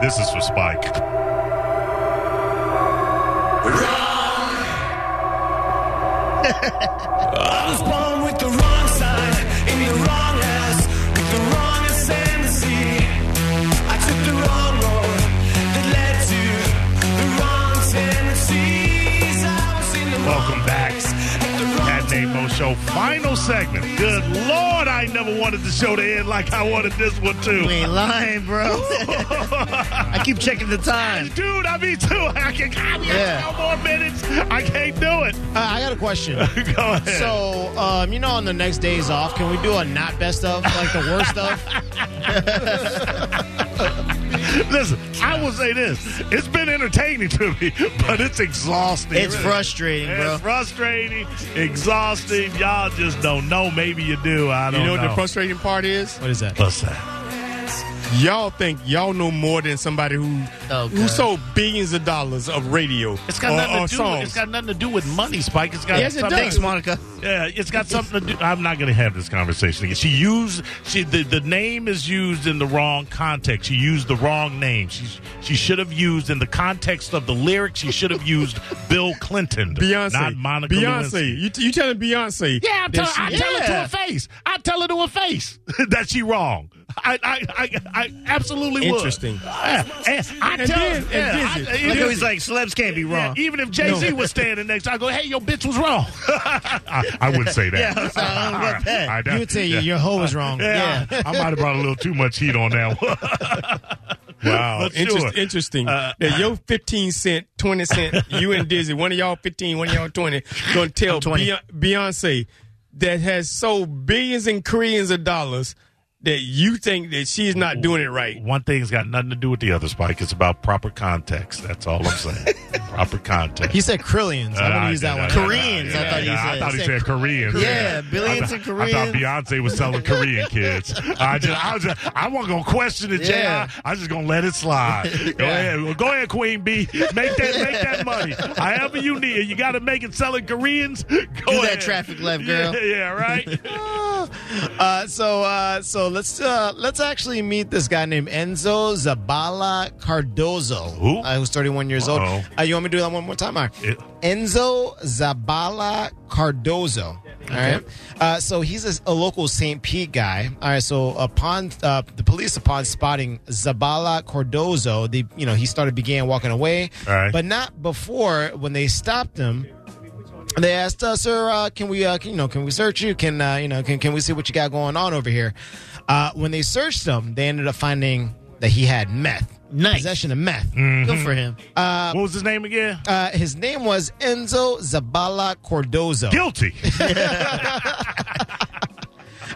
This is for Spike. I was born with the wrong side, in the wrong house, with the wrong ascendancy. I took the wrong road that led to the wrong tendencies. I was in the Welcome wrong back. place at the wrong Pat and Mo Show, final segment. Good Lord, I never wanted the show to end like I wanted this one You to. ain't lying, bro. I keep checking the time. Dude, I mean, too. I can copy Yeah. yeah. more minutes. I can't do it. Uh, I got a question. Go ahead. So, um, you know, on the next days off, can we do a not best of, like the worst of? Listen, I will say this. It's been entertaining to me, but it's exhausting. It's frustrating, bro. It's frustrating, exhausting. Y'all just don't know. Maybe you do. I don't You know what the frustrating part is? What is that? What's that? Y'all think y'all know more than somebody who Oh, who God. sold billions of dollars of radio It's got or, nothing or to do. songs. It's got nothing to do with money, Spike. It's got Yes, it something. does. Thanks, Monica. Yeah, it's got something to do. I'm not going to have this conversation again. She used she the, the name is used in the wrong context. She used the wrong name. She she should have used in the context of the lyrics. She should have used Bill Clinton, Beyonce, not Monica Lewinsky. Beyonce. You, you telling Beyonce? Yeah, I'm tell, Yes, I she- tell her yeah. to her face. I tell her to her face that she wrong. I I, I, I absolutely Interesting. would. Yeah, and I And tell then- yeah, I- and visit. I- Look yeah, how he's like, celebs can't be wrong. even if Jay Z was standing next, I go, "Hey, your bitch was wrong." I, I wouldn't say that. Yeah, I'm sorry, I don't know about that. I don't- you would say yeah. your hoe was wrong. Yeah, I, I might have brought a little too much heat on that one. Wow, But Interest, sure. Uh, interesting. that your fifteen cent, twenty cent, you and Dizzy, one of y'all fifteen, one of y'all twenty, gonna tell 20. Beyonce, Beyonce that has sold billions and Koreans of dollars that you think that she's not doing it right. One thing's got nothing to do with the other, Spike. It's about proper context. That's all I'm saying. proper context. He said Krillians. I'm going Uh, to use that I one. did, I did, Koreans, I did, thought he did. said. I thought he said Koreans. Yeah, billions I and thought- I Koreans. thought Beyonce was selling Korean kids. I just, I was just, I wasn't gonna question it, Yeah. Jay. I was just gonna let it slide. Go ahead, Well, go ahead, Queen B. Make that, make that money. However you need it, you got to make it selling Koreans. Go Do that ahead. traffic left, girl. Yeah, yeah, right. Uh, so uh, so let's uh, let's actually meet this guy named Enzo Zabala Cardozo, Who? Uh, who's 31 years Uh-oh. old. Uh, you want me to do that one more time? All right. Yeah. Enzo Zabala Cardozo. All right. Uh, so he's a, a local St. Pete guy. All right. So upon uh, the police, upon spotting Zabala Cardozo, they you know he started began walking away, All right. but not before when they stopped him. And they asked us, sir, uh, can we, uh, can, you know, can we search you? Can, uh, you know, can, can we see what you got going on over here? Uh, when they searched him, they ended up finding that he had meth. Nice. Possession of meth. Good for him. what was his name again? Uh, his name was Enzo Zabala Cordozo. Guilty.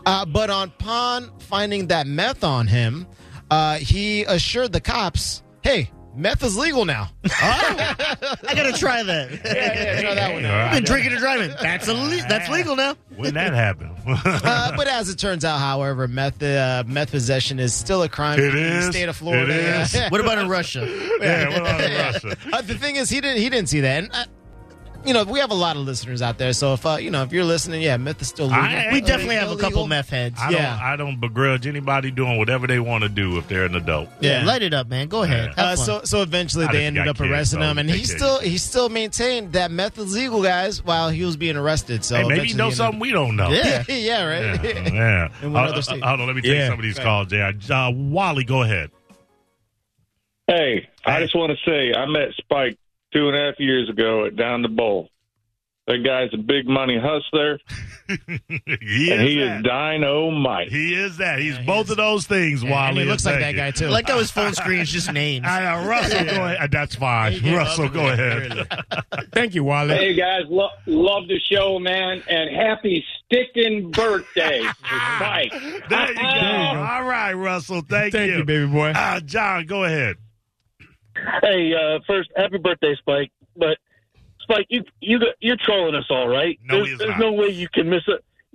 Uh, but upon finding that meth on him, uh, he assured the cops, hey, meth is legal now. I gotta try that. Try that one out. All right. I've been drinking and driving. That's a that's legal now. When that happened, Uh, but as it turns out, however, meth uh, meth possession is still a crime It in is. the state of It Florida. is. Yeah. What about in Russia? yeah, what about in Russia? Uh, the thing is, he didn't. He didn't see that. And, uh, you know, we have a lot of listeners out there. So if uh, you know, if you're listening, yeah, myth is still legal. I- We definitely have a couple Illegal. meth heads. I Yeah. don't, I don't begrudge anybody doing whatever they want to do if they're an adult. Yeah, Yeah. light it up, man. Go ahead. Uh, Have fun. so so eventually I they just ended got up kids, arresting so him, and they he can't- still he still maintained that meth is legal, guys, while he was being arrested. So Hey, maybe eventually you know he something we don't know. Yeah. ended- yeah, right. Yeah, yeah. In one Hold- other state. Hold on, let me take Yeah. some of these calls. Yeah, uh, Wally, go ahead. Hey, I Hey. just want to say I met Spike two and a half years ago at Down the Bowl. That guy's a big money hustler, he and is he that. is dino Mike. He is that. He's both of those things. Wally and he is. looks like that Thank guy you. too. like how his phone screen is just names. I, uh, Russell, go ahead. Uh, That's fine. Russell, go ahead. Thank you, Wally. Hey guys, lo- love the show, man, and happy sticking birthday, Mike. There you go. All right, Russell. Thank, Thank you, baby boy. Uh, John, go ahead. Hey, uh, first, happy birthday, Spike. But Spike, you you got- you're trolling us all right. No, there's, he is there's not. no way you can miss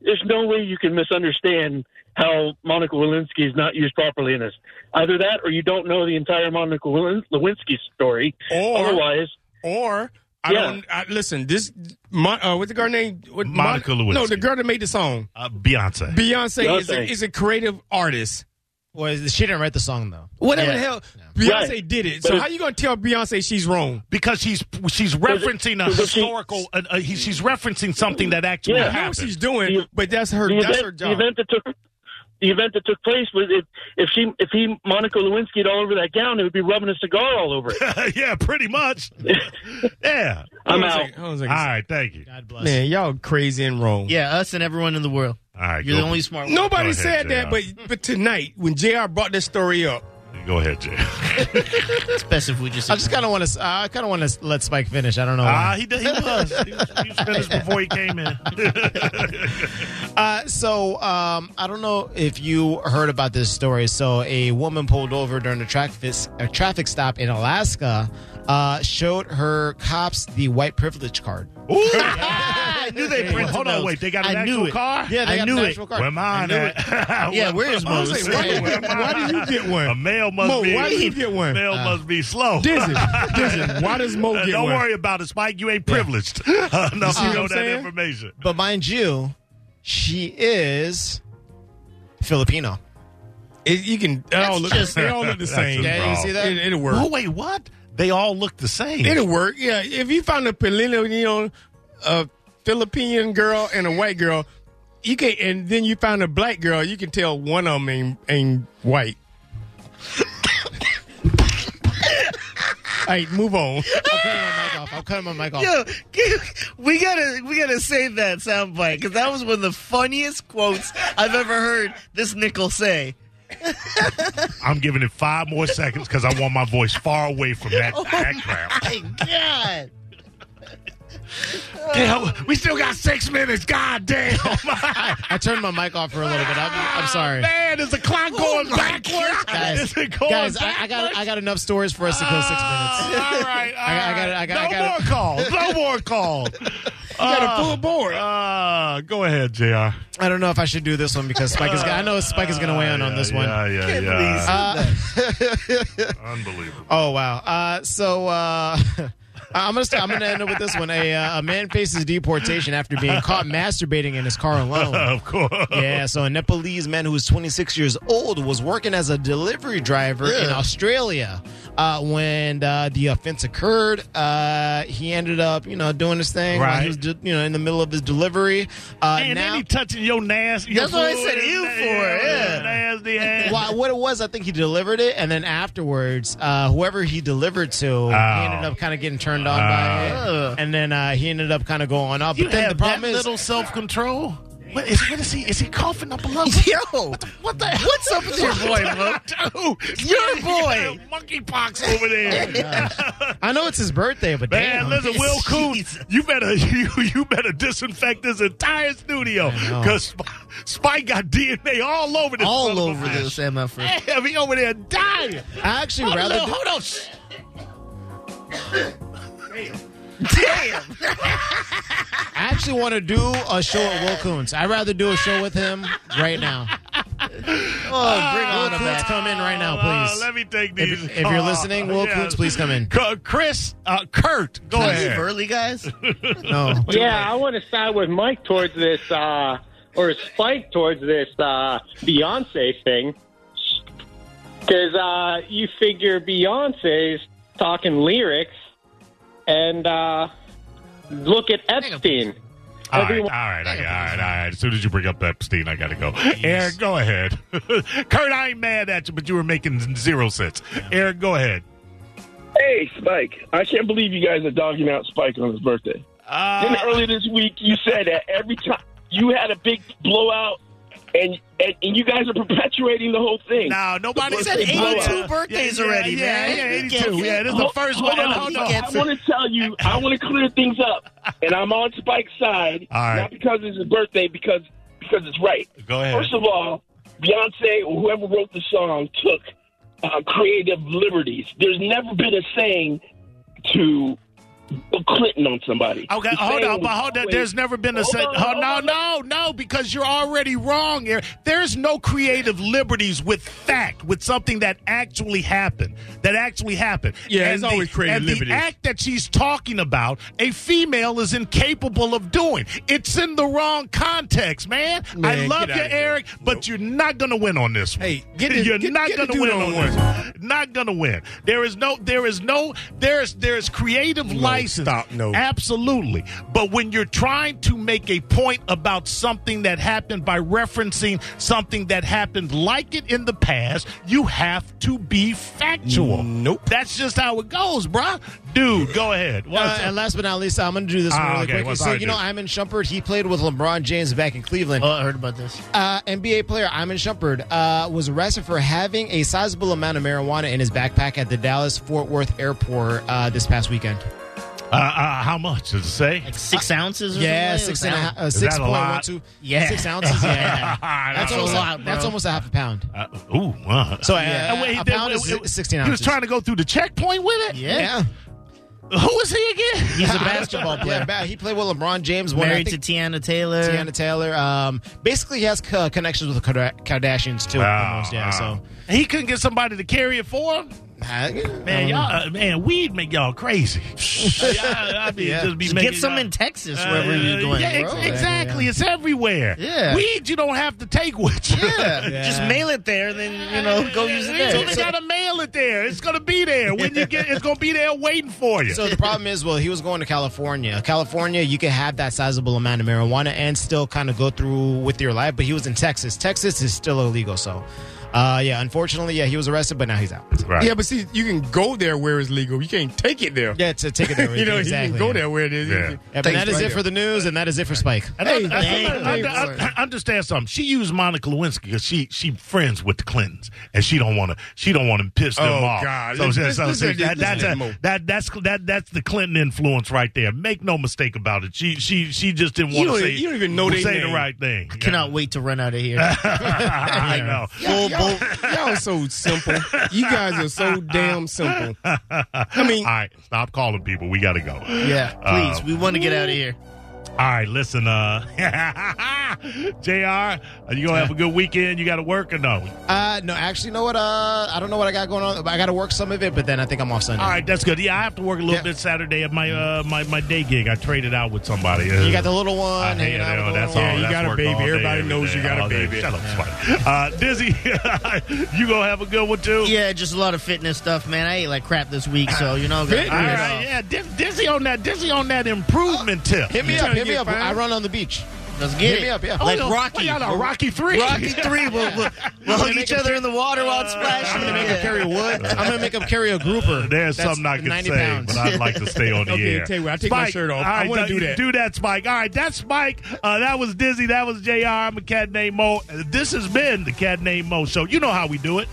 There's no way you can misunderstand how Monica Lewinsky is not used properly in this. Either that, or you don't know the entire Monica Lewin- Lewinsky story. Or- Otherwise, Or I Yeah. don't I, listen. This Mon, uh, what's the girl name? What, Monica Mon- No, Lewinsky. the girl that made the song. Uh, Beyonce. Beyonce is a, Beyonce. is a creative artist. well, she didn't write the song though. Whatever Yeah. the hell, Beyonce Right. did it. So But- how you gonna tell Beyonce she's wrong? because she's she's referencing a was it- historical. Uh, uh, he, she's referencing something that actually I Yeah. know what happened. she's doing, You- but that's her. the That's event, her the job. event that took the event that took place was if if she if he Monica Lewinsky'd all over that gown, it would be rubbing a cigar all over it. yeah, pretty much. yeah. I'm Hold on a out. second, hold on a All second. right. Thank you. God bless. Man, y'all crazy and wrong. Yeah, us and everyone in the world. All right. You're go, the only smart one. Go Nobody ahead, said that, but JR. but tonight when Jr. brought this story up, Go ahead, Jay. It's best if we just. I just kind of want to. I kind of want to let Spike finish. I don't know. Ah, Why. he, did- he was. He was, he was finished before he came in. Uh, so um, I don't know if you heard about this story. So a woman pulled over during a traffic a traffic stop in Alaska. Uh, showed her cops the white privilege card. Ooh, I knew they Yeah, printed. Hold on, those. wait. They got an I knew actual it. car. Yeah, they I got knew an it. actual card. Where mine at? yeah, where is I was Mose? like, why, Where am I? why did you get A one? male must Mo, be. why you get one? Male must be slow. Dizzy, Dizzy, why does Mo Uh, get don't one? worry about it, Spike. You ain't privileged enough what to know I'm that saying? information. But mind you, she is Filipino. It- you can. They all look, just- they all look the That's same. a Yeah, you problem. see that? It, it'll work. Oh wait, what? They all look the same. It'll work. Yeah, if you found a Filipino, a Filipino girl and a white girl, you can, and then you found a black girl, you can tell one of them ain't, ain't white. All right, move on. I'm cutting my mic off. Yo, we gotta we gotta save that soundbite because that was one of the funniest quotes I've ever heard this nickel say. I'm giving it five more seconds because I want my voice far away from that, that crowd. My God. Damn, we still got six minutes. God damn. I turned my mic off for a little bit. I'm, I'm sorry. Man, is the clock going backwards? Guys, is it going guys, I, I backwards? got I got enough stories for us to go six minutes. Uh, all right, all I got it, right. I got it, no I got it. more calls. No more calls. you got a full board. Uh, go ahead, Jr. I don't know if I should do this one because Spike is. I know Spike is going to weigh in on Yeah, this yeah, one. Yeah, yeah, yeah. Uh, Unbelievable. oh wow. Uh, so uh, I'm gonna start, I'm gonna end up with this one. A, uh, a man faces deportation after being caught masturbating in his car alone. of course. Yeah, so a Nepalese man who was 26 years old was working as a delivery driver in Australia uh, when uh, the offense occurred. Uh, he ended up, you know, doing his thing. while Right. he was, de- you know, in the middle of his delivery. Uh, And now, then he touching your nasty. your That's what I said food, ew and- for, yeah. Nasty ass. Well, what it was, I think he delivered it, and then afterwards, uh, whoever he delivered to, Oh. he ended up kind of getting turned on by it, Ugh. and then uh, he ended up kind of going on up. You but then the have problem that is, little self control. What is, what is he? Is he coughing up a lung? Yo, What the hell? what's up with your boy, bro? Dude, Your you boy. got Monkeypox over there. I know it's his birthday, but Man, damn. listen, Will Coon, Jesus. you better you, you better disinfect this entire studio know. because Spike got DNA all over this. son All of a over bitch. this MF. Damn, he over there dying. I actually rather. Hold on, do- hold on. shh. Damn. Damn. I actually want to do a show at Will Coons. I'd rather do a show with him right now. Oh, bring Will on him Coons, back. come in right now, Uh, please. let me take these. If, if you're Uh, listening, Will yeah. Coons, plece please come in. C- Chris, uh, Kurt, go Can I leave ahead. early, guys? No. Yeah, I want to side with Mike towards this, uh, or Spike towards this uh, Beyonce thing, because uh, you figure Beyonce's talking lyrics, and uh, look at Epstein. All right, all Everyone- right, I, all right, all right. As soon as you bring up Epstein, I got to go. Eric, go ahead. Kurt, I ain't mad at you, but you were making zero sense. Eric, go ahead. Hey, Spike! I can't believe you guys are dogging out Spike on his birthday. Then Uh, earlier this week, you said that every time you had a big blowout, and and, and you guys are perpetuating the whole thing. No, nobody He said said 82 birthdays yeah, already, yeah, man. Yeah, He yeah, 82. gets it. Yeah, this is the first one. Hold on, Hold hold on. on. He I gets it. want to tell you, I want to clear things up, and I'm on Spike's side, All right. not because it's his birthday, because because it's right. Go ahead. First of all, Beyonce or whoever wrote the song took uh, creative liberties. There's never been a saying to Bill Clinton on somebody. Okay, The hold same on, but hold on. way- There's never been a Hold set. on, Oh, hold no, on. no, no, because you're already wrong here. There's no creative liberties with fact, with something that actually happened. That actually happened. Yeah, it's always the, creative and liberties. the act that she's talking about, a female is incapable of doing. It's in the wrong context, man. I Man, love you, get outta here. Eric, but you're not gonna win on this one. Hey, get this- you're get- not get the gonna dude win on on one. this one. Not gonna win. There is no. There is no. There's there's creative license. stop, no. Absolutely. But when you're trying to make a point about something that happened by referencing something that happened like it in the past, you have to be factual. Nope. That's just how it goes, bruh. Dude, go ahead. Uh, What's and last but not least, I'm going to do this one Ah, really okay. quickly. What's So, our you know, dude? Iman Shumpert, he played with LeBron James back in Cleveland. Oh, I heard about this. Uh, NBA player Iman Shumpert uh, was arrested for having a sizable amount of marijuana in his backpack at the Dallas Fort Worth airport uh, this past weekend. uh, uh, how much does it say? Like six ounces. Or Yeah, something? six and a half, uh, Is six that a point one lot? two, Yeah. six ounces. Yeah, I that's don't almost know. a lot, bro. That's almost a half a pound. Uh, ooh, wow. So uh, Uh, wait, a that- pound is wait, wait, sixteen He was ounces. trying to go through the checkpoint with it. Yeah. yeah. Who is he again? He's a basketball player. Yeah, ba- he played with LeBron James. One, Married I to think, Tiana Taylor. Tiana Taylor. Um, basically, he has co- connections with the Kar- Kardashians too. Wow, almost, yeah, wow. so He couldn't get somebody to carry it for him. Um, Man, y'all, uh, man, weed make y'all crazy. Y'all- I mean, Yeah. just be Just making get some y'all- in Texas, Uh, wherever you're going. yeah, ex- bro. exactly. It's everywhere. Yeah. weed you don't have to take with you. Yeah. Just mail it there, and then you know, go use it there. So they gotta mail it there. It's gonna be there when you get. It's gonna be there waiting for you. So the problem is, well, he was going to California. California, you can have that sizable amount of marijuana and still kind of go through with your life. But he was in Texas. Texas is still illegal. So, uh, yeah, unfortunately, yeah, he was arrested, but now he's out. right. Yeah, but see, you can go there where it's legal. You can't take it there. Yeah, to take it there. you know, exactly. you can yeah. go there where it is. Yeah. You can Yeah, but take that is right it for the news, and that is it for Spike. And Hey, I, I- thank I- I- you. I- I understand something. She used Monica Lewinsky because she she friends with the Clintons, and she don't want to she don't want to piss them Oh, off. God. So, Listen, so- so- listen to this. that, that's Listen to a, this. that that's that that's the Clinton influence right there. Make no mistake about it. She she she just didn't want You to don't- say you don't even know they say the name. right thing. I Cannot wait to run out of here. I know. Y'all, y'all, y'all so simple. You guys are so damn simple. I mean, All right, stop calling people. We got to go. yeah, please. we want to get out of here. All right, listen, uh, Jr. Are you gonna have a good weekend? You got to work or no? Uh, no, actually, you know what? Uh, I don't know what I got going on. I got to work some of it, but then I think I'm off Sunday. All right, that's good. Yeah, I have to work a little Yeah. bit Saturday at my uh my my day gig. I traded out with somebody. Uh, You got the little one. I hanging hate it. out with Oh, the that's little all. one. you That's got a work baby. all day, Everybody every knows day, you got a all day. baby. Shut up, Spike. Uh, Dizzy, you gonna have a good one too. Yeah, just a lot of fitness stuff, man. I ate like crap this week, so you know. Fitness? All right, yeah, Diz- Dizzy on that. Dizzy on that improvement tip. Hit me You up. tryna Hit me get up. fined? I run on the beach. Let's get Hit it. me up, yeah. Like Oh, Rocky. Y'all are Rocky Three. Rocky three. We'll, we'll, we'll hug each other in the water while it's I'm splashing. gonna Uh, make him Yeah. carry a wood. I'm gonna make him carry a grouper. There's That's something I can 90 say, pounds. but I'd like to stay on the Okay, air. tell you what, I'll take my Spike, shirt off. all I right, wanna no, do you that. Do that, Spike. All right, that's Spike. Uh, that was Dizzy. That was Jr. I'm a cat named Mo. This has been the Cat Named Mo Show. You know how we do it.